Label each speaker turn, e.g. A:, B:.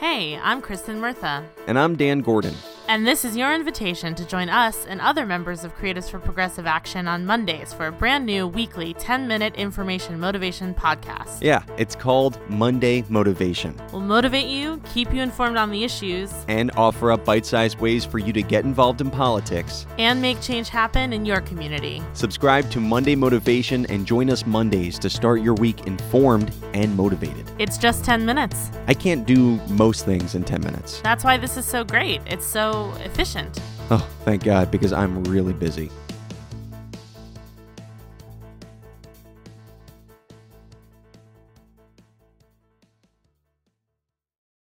A: Hey, I'm Kristen Murtha,
B: And I'm Dan Gordon.
A: and this is your invitation to join us and other members of Creatives for Progressive Action on Mondays for a brand new weekly 10 minute information motivation podcast.
B: Yeah, it's called Monday Motivation
A: We'll motivate you, keep you informed on the issues,
B: and offer up bite sized ways for you to get involved in politics.
A: and make change happen in your community.
B: Subscribe to Monday Motivation and join us Mondays to start your week informed and motivated.
A: It's just 10 minutes.
B: I can't do most things in 10 minutes.
A: That's why this is so great. It's so efficient.
B: Oh, thank God, because I'm really busy.